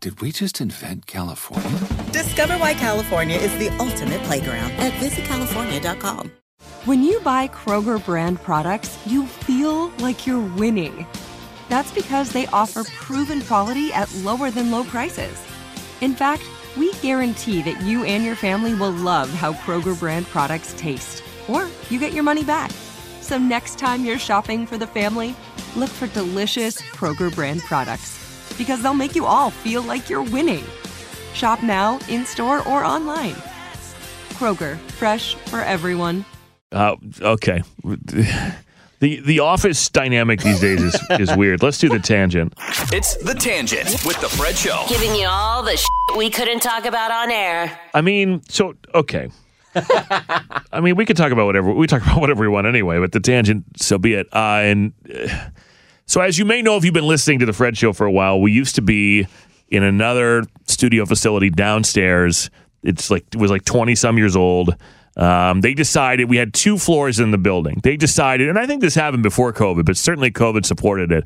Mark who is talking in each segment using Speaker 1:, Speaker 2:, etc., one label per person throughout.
Speaker 1: Did we just invent California?
Speaker 2: Discover why California is the ultimate playground at visitcalifornia.com.
Speaker 3: When you buy Kroger brand products, you feel like you're winning. That's because they offer proven quality at lower than low prices. In fact, we guarantee that you and your family will love how Kroger brand products taste, or you get your money back. So next time you're shopping for the family, look for delicious Kroger brand products because they'll make you all feel like you're winning. Shop now, in store, or online. Kroger, fresh for everyone.
Speaker 4: Uh, okay. The the office dynamic these days is, is weird. Let's do the tangent.
Speaker 5: It's The Tangent with The Fred Show.
Speaker 6: giving you all the shit we couldn't talk about on air.
Speaker 4: I mean, so okay. I mean, we could talk about whatever we talk about whatever we want anyway. But the tangent, so be it. Uh, and uh, so, as you may know, if you've been listening to the Fred Show for a while, we used to be in another studio facility downstairs. It's like it was like twenty some years old. Um, they decided we had two floors in the building. They decided, and I think this happened before COVID, but certainly COVID supported it.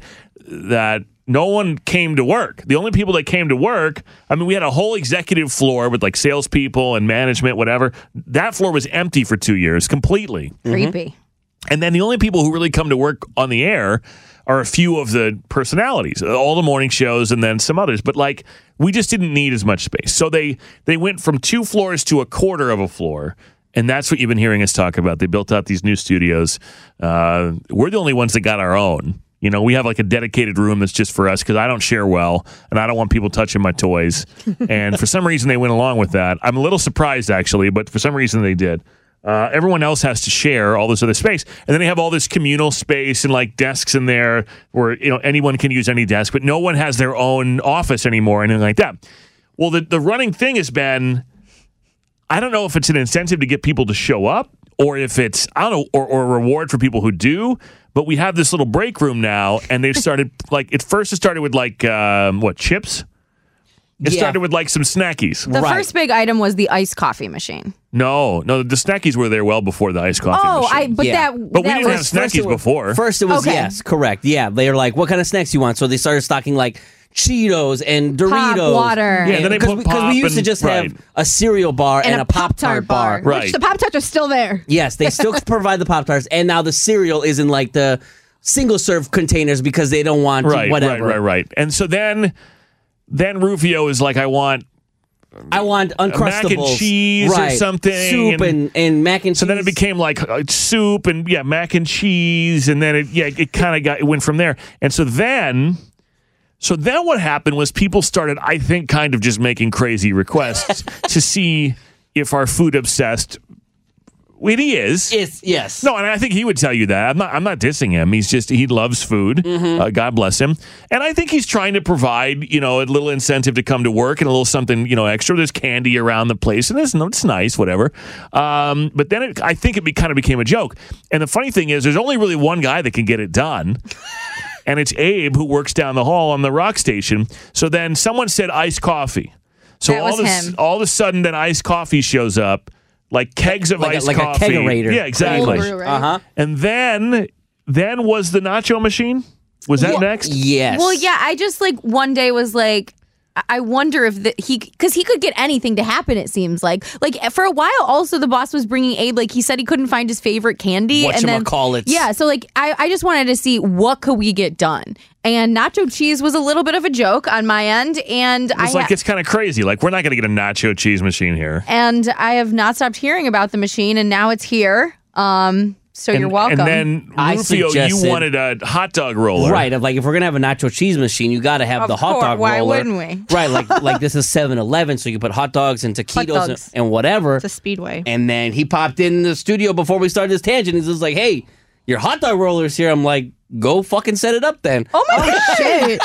Speaker 4: That no one came to work. The only people that came to work, I mean, we had a whole executive floor with like salespeople and management, whatever. That floor was empty for two years completely.
Speaker 7: Creepy.
Speaker 4: And then the only people who really come to work on the air are a few of the personalities, all the morning shows and then some others. But like we just didn't need as much space. So they they went from two floors to a quarter of a floor. And that's what you've been hearing us talk about. They built out these new studios. Uh, we're the only ones that got our own. You know, we have like a dedicated room that's just for us because I don't share well and I don't want people touching my toys. and for some reason, they went along with that. I'm a little surprised actually, but for some reason, they did. Uh, everyone else has to share all this other space, and then they have all this communal space and like desks in there where you know anyone can use any desk, but no one has their own office anymore, anything like that. Well, the the running thing has been I don't know if it's an incentive to get people to show up or if it's I don't know or, or a reward for people who do. But we have this little break room now, and they've started like it first. It started with like um, what chips. It
Speaker 8: Yeah.
Speaker 4: started with like some snackies.
Speaker 7: The
Speaker 8: Right.
Speaker 7: first big item was the iced coffee machine.
Speaker 4: No, no, the snackies were there well before the iced coffee.
Speaker 7: oh,
Speaker 4: machine.
Speaker 7: I but
Speaker 8: Yeah.
Speaker 7: that
Speaker 4: But we
Speaker 7: that
Speaker 4: didn't have
Speaker 7: was
Speaker 4: snackies
Speaker 8: it was-
Speaker 4: before.
Speaker 8: First, it was
Speaker 7: Okay.
Speaker 8: yes, correct. Yeah, they were like, "What kind of snacks you want?" So they started stocking like Cheetos and Doritos,
Speaker 7: pop water.
Speaker 4: Yeah, then they
Speaker 8: Because
Speaker 4: put
Speaker 8: we, 'cause we
Speaker 4: pop
Speaker 8: used to
Speaker 4: and-
Speaker 8: just
Speaker 4: right.
Speaker 8: have a cereal bar and, a Pop Tart bar.
Speaker 4: bar. Right.
Speaker 7: Which the Pop Tarts are still there.
Speaker 8: Yes, they still provide the Pop Tarts, and now the cereal is in like the single serve containers because they don't want
Speaker 4: right, right,
Speaker 8: whatever.
Speaker 4: right, right. And so then, then Rufio is like, I want.
Speaker 8: I want uncrustables,
Speaker 4: Mac and cheese or
Speaker 8: right,
Speaker 4: something,
Speaker 8: soup
Speaker 4: and-
Speaker 8: and, and mac and cheese.
Speaker 4: So then it became like uh, soup and yeah, mac and cheese, and then it yeah, it kind of got it went from there. And so then, so then what happened was people started, I think, kind of just making crazy requests to see if our food obsessed. Well, he is.
Speaker 8: It's, yes.
Speaker 4: No, and I think he would tell you that. I'm not. I'm not dissing him. He's just he loves food.
Speaker 8: Mm-hmm.
Speaker 4: Uh, God bless him. And I think he's trying to provide you know a little incentive to come to work and a little something you know extra. There's candy around the place, and it's, it's nice, whatever. Um, but then it, I think it be, kind of became a joke. And the funny thing is, there's only really one guy that can get it done. And it's Abe who works down the hall on the rock station. So then someone said iced coffee. So
Speaker 7: That
Speaker 4: all
Speaker 7: was
Speaker 4: of a-
Speaker 7: him.
Speaker 4: all of a sudden, then iced coffee shows up, like kegs of
Speaker 8: Like a-
Speaker 4: iced
Speaker 8: like a
Speaker 4: coffee.
Speaker 8: kegerator.
Speaker 4: Yeah, exactly.
Speaker 7: Cold brew, right?
Speaker 8: Uh huh.
Speaker 4: And then then was the nacho machine? Was that next?
Speaker 8: Yes.
Speaker 7: Well, yeah, I just like one day was like, I- I wonder if the, he, because he could get anything to happen. It seems like, like eh, for a while. Also, the boss was bringing Abe. Like he said, he couldn't find his favorite candy. and then
Speaker 8: Whatchamacallits.
Speaker 7: Yeah. So like, I, I just wanted to see what could we get done. And nacho cheese was a little bit of a joke on my end, and I
Speaker 4: It's like
Speaker 7: ha-
Speaker 4: it's kind of crazy. Like we're not going to get a nacho cheese machine here.
Speaker 7: and I have not stopped hearing about the machine, and now it's here. Um. So
Speaker 4: and,
Speaker 7: you're welcome.
Speaker 4: And then Rufio, you
Speaker 8: suggested-
Speaker 4: wanted a hot dog roller,
Speaker 8: Right, of like if we're gonna have a nacho cheese machine, you got to have
Speaker 7: Of
Speaker 8: the hot
Speaker 7: course,
Speaker 8: dog
Speaker 7: why
Speaker 8: roller.
Speaker 7: wouldn't we?
Speaker 8: Right, like like this is 7-Eleven, so you put hot dogs and taquitos and,
Speaker 7: dogs.
Speaker 8: and whatever.
Speaker 7: it's a speedway.
Speaker 8: And then he popped in the studio before we started this tangent. He's just like, "Hey, your hot dog roller's here." I'm like, "Go fucking set it up then."
Speaker 7: oh my god!
Speaker 9: Shit.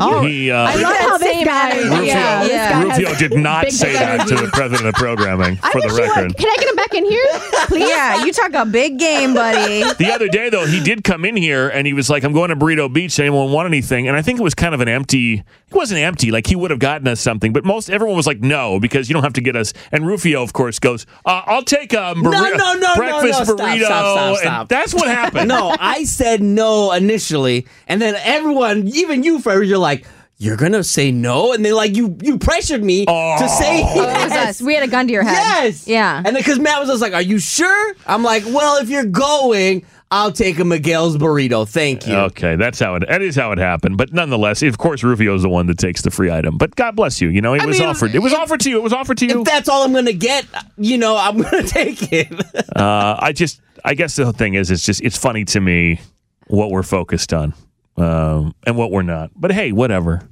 Speaker 4: Oh, he, uh,
Speaker 9: I love how this guy.
Speaker 4: Rufio,
Speaker 9: Yeah, this guy has
Speaker 4: Rufio did not
Speaker 9: big
Speaker 4: say that to
Speaker 9: energy.
Speaker 4: the president of programming, for the
Speaker 9: Wish you would-
Speaker 4: record.
Speaker 9: Can I get him back in here, please?
Speaker 7: Yeah, you talk a big game, buddy.
Speaker 4: The other day, though, he did come in here and he was like, I'm going to Burrito Beach. Anyone want anything? And I think it was kind of an empty, it wasn't empty. Like he would have gotten us something, but most everyone was like, no, because you don't have to get us. And Rufio, of course, goes, uh, I'll take a burrito.
Speaker 8: no, no, no,
Speaker 4: breakfast
Speaker 8: no, no.
Speaker 4: burrito.
Speaker 8: Stop, stop, stop,
Speaker 4: And
Speaker 8: stop.
Speaker 4: that's what happened.
Speaker 8: no, I said no initially, and then everyone, even you, Fred, you're like, "You're gonna say no," and then like you you pressured me to say yes.
Speaker 7: It was us. We had a gun to your head.
Speaker 8: Yes.
Speaker 7: Yeah.
Speaker 8: And then because Matt was just like, "Are you sure?" I'm like, "Well, if you're going, I'll take a Miguel's burrito. Thank you."
Speaker 4: Okay, that's how it. That is how it happened. But nonetheless, of course, Rufio's the one that takes the free item. But God bless you. You know, it
Speaker 8: I
Speaker 4: was
Speaker 8: mean,
Speaker 4: offered. It was offered to you. It was offered to you.
Speaker 8: If that's all I'm gonna get, you know, I'm gonna take it.
Speaker 4: uh, I just, I guess the thing is, it's just, it's funny to me what we're focused on um, and what we're not. But hey, whatever.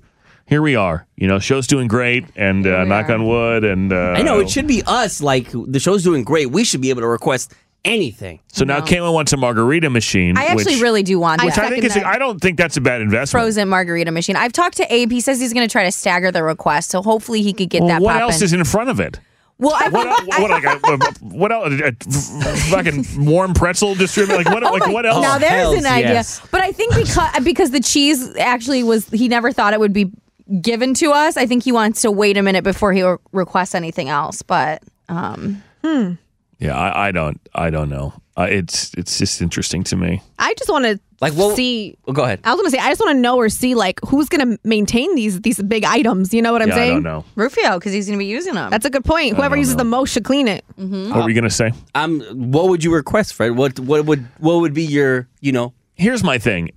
Speaker 4: Here we are. You know, show's doing great, and uh, knock on wood, and uh,
Speaker 8: I know it should be us. Like the show's doing great. We should be able to request anything.
Speaker 4: So now Kayla wants a margarita machine.
Speaker 7: I actually
Speaker 4: which,
Speaker 7: really do want
Speaker 4: which
Speaker 7: that.
Speaker 4: I think is. I don't think that's a bad investment.
Speaker 7: frozen margarita machine. I've talked to Abe. He says he's going to try to stagger the request, so hopefully he could get
Speaker 4: Well,
Speaker 7: that.
Speaker 4: what
Speaker 7: poppin'.
Speaker 4: else is in front of it?
Speaker 7: Well, I,
Speaker 4: What, el- what, like a, a- what else? A f- fucking warm pretzel distributor? Like what?
Speaker 7: Oh
Speaker 4: like what else?
Speaker 7: now there's
Speaker 8: hells
Speaker 7: an idea,
Speaker 8: yes.
Speaker 7: but I think because uh, because the cheese actually was he never thought it would be given to us. I think he wants to wait a minute before he re- requests anything else. But um,
Speaker 4: Yeah, I, I don't. I don't know. Uh, it's it's just interesting to me.
Speaker 9: I just want to
Speaker 8: Like, what-
Speaker 9: see.
Speaker 8: Well, go ahead.
Speaker 9: I was gonna say I just want to know or see like who's gonna maintain these these big items. You know what I'm
Speaker 4: yeah,
Speaker 9: saying?
Speaker 4: I don't know.
Speaker 7: Rufio, because he's going to be using them.
Speaker 9: That's a good point. Whoever uses the most should clean it.
Speaker 4: What were you gonna say?
Speaker 8: I'm. What would you request, Fred? What what would what would be your you know?
Speaker 4: Here's my thing.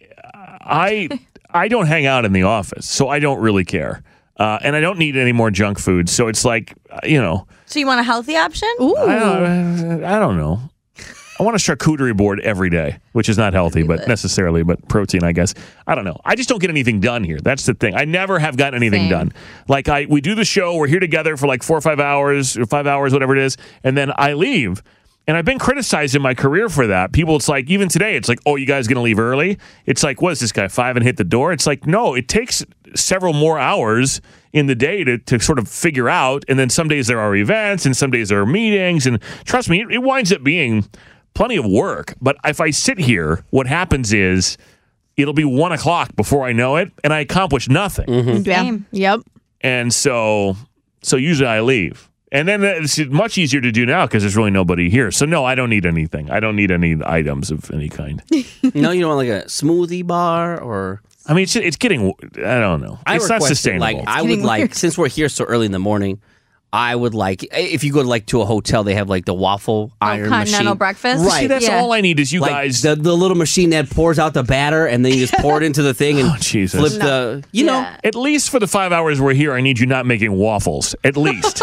Speaker 4: I I don't hang out in the office, so I don't really care, uh, and I don't need any more junk food. So it's like uh, you know,
Speaker 7: so you want a healthy option?
Speaker 4: I don't, I don't know. I want a charcuterie board every day, which is not healthy, but necessarily, but protein, I guess. I don't know. I just don't get anything done here. That's the thing. I never have gotten anything
Speaker 7: Same.
Speaker 4: done. Like I, we do the show, we're here together for like four or five hours, or five hours, whatever it is, and then I leave. And I've been criticized in my career for that. People, it's like even today, it's like, oh, you guys gonna leave early? It's like, what is this guy five and hit the door? It's like, no, it takes several more hours in the day to, to sort of figure out. And then some days there are events, and some days there are meetings. And trust me, it, it winds up being plenty of work. But if I sit here, what happens is it'll be one o'clock before I know it, and I accomplish nothing.
Speaker 9: Yeah. Yep.
Speaker 4: And so, so usually I leave. And then it's much easier to do now because there's really nobody here. So no, I don't need anything. I don't need any items of any kind.
Speaker 8: no, you don't want like a smoothie bar or.
Speaker 4: I mean, it's, it's getting. I don't know.
Speaker 8: I
Speaker 4: it's not
Speaker 8: requested,
Speaker 4: sustainable.
Speaker 8: Like I would like since we're here so early in the morning, I would like if you go to like to a hotel, they have like the waffle iron
Speaker 7: continental
Speaker 8: machine.
Speaker 7: breakfast?
Speaker 8: Right.
Speaker 4: See, that's
Speaker 7: Yeah.
Speaker 4: all I need is you
Speaker 8: like
Speaker 4: guys.
Speaker 8: the, the little machine that pours out the batter and then you just pour it into the thing and
Speaker 4: Oh, Jesus.
Speaker 8: flip the you know
Speaker 4: at least for the five hours we're here, I need you not making waffles. At least,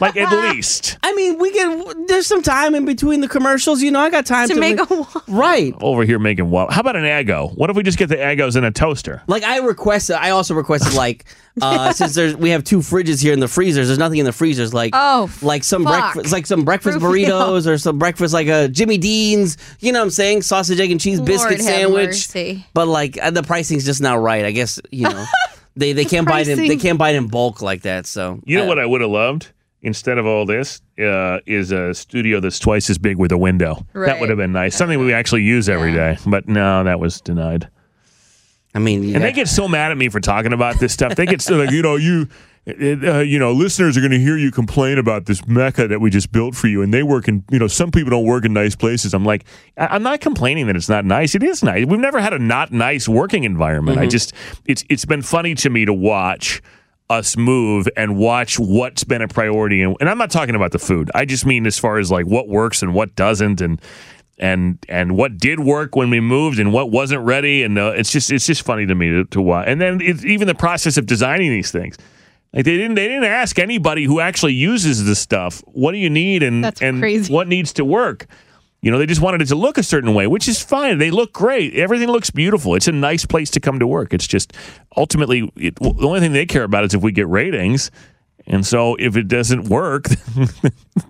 Speaker 4: like at least.
Speaker 8: I mean we can there's some time in between the commercials you know I got time
Speaker 7: To
Speaker 8: to,
Speaker 7: make
Speaker 8: ma-
Speaker 7: a waffle.
Speaker 8: right
Speaker 4: Over here making waffles. How about an aggo? What if we just get the aggos in a toaster?
Speaker 8: like I requested I also requested like uh since there's we have two fridges here in the freezers there's nothing in the freezers like
Speaker 7: Oh,
Speaker 8: like some
Speaker 7: fuck.
Speaker 8: breakfast like some breakfast
Speaker 7: Rufio.
Speaker 8: burritos or some breakfast like a Jimmy Dean's you know what I'm saying sausage egg and cheese biscuit
Speaker 7: Lord have
Speaker 8: sandwich
Speaker 7: mercy.
Speaker 8: but like uh, the pricing's just not right I guess you know they they can't buy it in, they
Speaker 9: pricing.
Speaker 8: can't buy it in bulk like that so Uh,
Speaker 4: You know
Speaker 8: I-
Speaker 4: what I would have loved instead of all this uh, is a studio that's twice as big with a window. That
Speaker 7: Right.
Speaker 4: would have been nice. Something we actually use every day. But no, that was denied.
Speaker 8: I mean
Speaker 4: And
Speaker 8: yeah.
Speaker 4: they get so mad at me for talking about this stuff. They get so like, you know, you it, uh, you know, listeners are going to hear you complain about this mecca that we just built for you, and they work in, you know, some people don't work in nice places. I'm like, I- I'm not complaining that it's not nice. It is nice. We've never had a not nice working environment. I
Speaker 10: Mhm.
Speaker 4: just, it's it's been funny to me to watch us move and watch what's been a priority, and, and I'm not talking about the food. I just mean as far as like what works and what doesn't, and and and what did work when we moved and what wasn't ready and uh, it's just it's just funny to me to, to watch and then it's even the process of designing these things like they didn't they didn't ask anybody who actually uses this stuff what do you need and and what needs to work you know they just wanted it to look a certain way which is fine they look great everything looks beautiful it's a nice place to come to work it's just ultimately it, well, the only thing they care about is if we get ratings and so if it doesn't work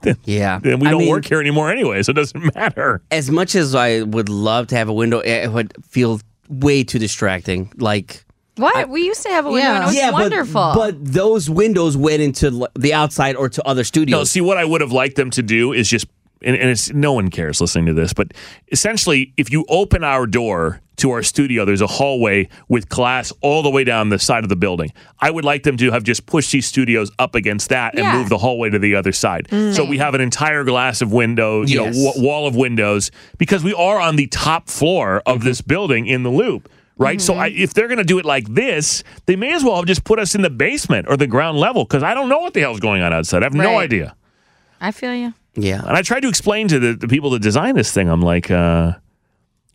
Speaker 4: then,
Speaker 8: yeah
Speaker 4: then we
Speaker 8: I
Speaker 4: don't
Speaker 8: mean-
Speaker 4: work here anymore anyway so it doesn't matter
Speaker 8: As much as I would love to have a window, it would feel way too distracting. Like
Speaker 7: What? we used to have a window and it was
Speaker 8: yeah, but-
Speaker 7: wonderful.
Speaker 8: But, those windows went into l- the outside or to other studios.
Speaker 4: No, see, what I would have liked them to do is just, and, and it's no one cares listening to this, but essentially, if you open our door to our studio, there's a hallway with glass all the way down the side of the building. I would like them to have just pushed these studios up against that
Speaker 10: Yeah.
Speaker 4: and move the hallway to the other side.
Speaker 10: Mm.
Speaker 4: So we have an entire glass of window, you
Speaker 10: Yes.
Speaker 4: know, w- wall of windows, because we are on the top floor of this building in the loop. Right, so I, if they're going to do it like this, they may as well have just put us in the basement or the ground level because I don't know what the hell's going on outside. I have no
Speaker 7: Right.
Speaker 4: idea.
Speaker 7: I feel you.
Speaker 8: Yeah.
Speaker 4: And I tried to explain to the, the people that designed this thing, I'm like, uh,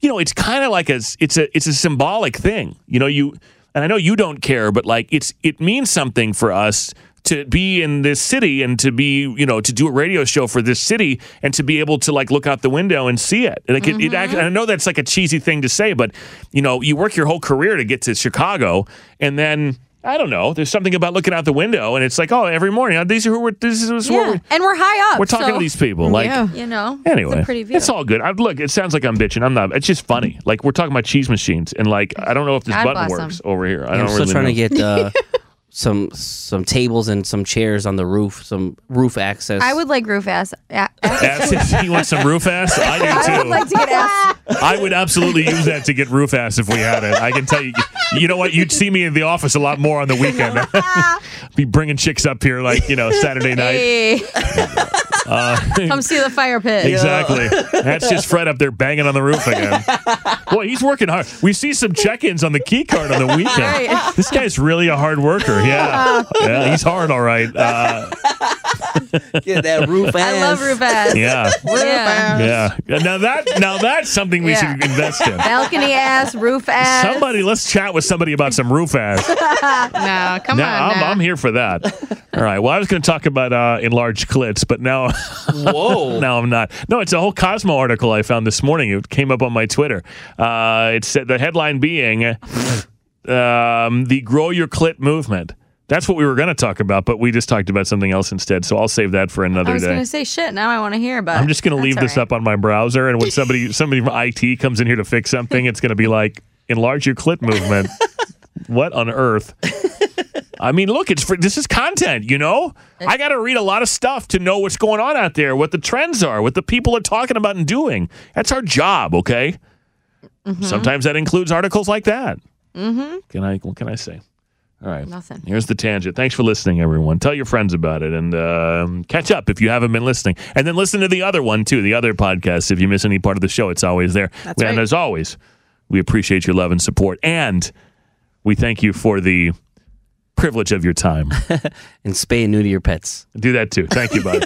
Speaker 4: you know, it's kind of like a, it's a, it's a symbolic thing. You know, you, and I know you don't care, but like it's, it means something for us to be in this city and to be, you know, to do a radio show for this city and to be able to like look out the window and see it. And like it, it
Speaker 7: Mm-hmm.
Speaker 4: act, and I know that's like a cheesy thing to say, but you know, you work your whole career to get to Chicago and then, I don't know. There's something about looking out the window, and it's like, oh, every morning, oh, these are who we're. This is what
Speaker 7: Yeah.
Speaker 4: we're,
Speaker 7: And we're high up.
Speaker 4: we're talking
Speaker 7: so-
Speaker 4: to these people, like- Yeah.
Speaker 7: you know.
Speaker 4: Anyway,
Speaker 7: It's a pretty view.
Speaker 4: it's all good. I, look, it sounds like I'm bitching. I'm not. It's just funny. Like we're talking about cheese machines, and like I don't know if this
Speaker 7: God
Speaker 4: button
Speaker 7: bless 'em.
Speaker 4: works over here. I
Speaker 8: I'm
Speaker 4: don't
Speaker 8: still
Speaker 4: really
Speaker 8: trying
Speaker 4: know.
Speaker 8: to get uh, some some tables and some chairs on the roof, some roof access.
Speaker 7: I would like roof ass. a-
Speaker 4: Ass, you want some roof ass? I do
Speaker 7: I
Speaker 4: too.
Speaker 7: would like to get ass.
Speaker 4: I would absolutely use that to get roof ass if we had it. I can tell you. You know what? You'd see me in the office a lot more on the weekend. Be bringing chicks up here like you know Saturday night.
Speaker 7: Hey,
Speaker 4: Uh,
Speaker 7: come see the fire pit.
Speaker 4: Exactly. That's just Fred up there banging on the roof again. Boy, he's working hard. We see some check-ins on the key card on the weekend.
Speaker 10: Right.
Speaker 4: This guy's really a hard worker. Yeah, yeah, he's hard. All right. Uh,
Speaker 8: Get that roof
Speaker 7: I love roof ass.
Speaker 4: Yeah.
Speaker 7: Yeah.
Speaker 4: yeah. Now that now that's something we
Speaker 7: Yeah.
Speaker 4: should invest in.
Speaker 7: Balcony ass, roof ass.
Speaker 4: Somebody, let's chat with somebody about some roof ass.
Speaker 7: no, come
Speaker 4: now,
Speaker 7: on.
Speaker 4: I'm,
Speaker 7: now.
Speaker 4: I'm here for that. All right. Well, I was going to talk about uh, enlarged clits, but now,
Speaker 8: Whoa.
Speaker 4: now I'm not. No, it's a whole Cosmo article I found this morning. It came up on my Twitter. Uh, it said the headline being um, the "Grow Your Clit" movement. That's what we were going to talk about, but we just talked about something else instead. So I'll save that for another
Speaker 7: I was
Speaker 4: day.
Speaker 7: gonna say shit. Now I want to hear about.
Speaker 4: I'm just going to leave this up on my browser, and when somebody somebody from IT comes in here to fix something, it's going to be like enlarge your clip movement. what on earth? I mean, look, it's free. this is content, you know. I got to read a lot of stuff to know what's going on out there, what the trends are, what the people are talking about and doing. That's our job, okay? Sometimes that includes articles like that.
Speaker 7: Mm-hmm.
Speaker 4: Can I? What can I say? All right.
Speaker 7: Nothing.
Speaker 4: Here's the tangent. Thanks for listening, everyone. Tell your friends about it and um, catch up if you haven't been listening. And then listen to the other one, too, the other podcast. If you miss any part of the show, it's always there.
Speaker 10: That's
Speaker 4: and
Speaker 10: right.
Speaker 4: as always, we appreciate your love and support. And we thank you for the privilege of your time.
Speaker 8: and spay and neuter your pets.
Speaker 4: Do that, too. Thank you, bud.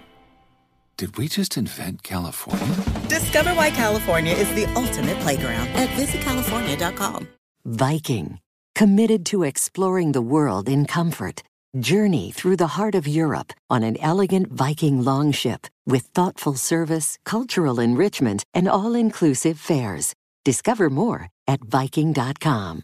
Speaker 1: Did we just invent California?
Speaker 2: Discover why California is the ultimate playground at visitcalifornia.com.
Speaker 10: Viking, committed to exploring the world in comfort. Journey through the heart of Europe on an elegant Viking longship with thoughtful service, cultural enrichment, and all inclusive fares. Discover more at Viking.com.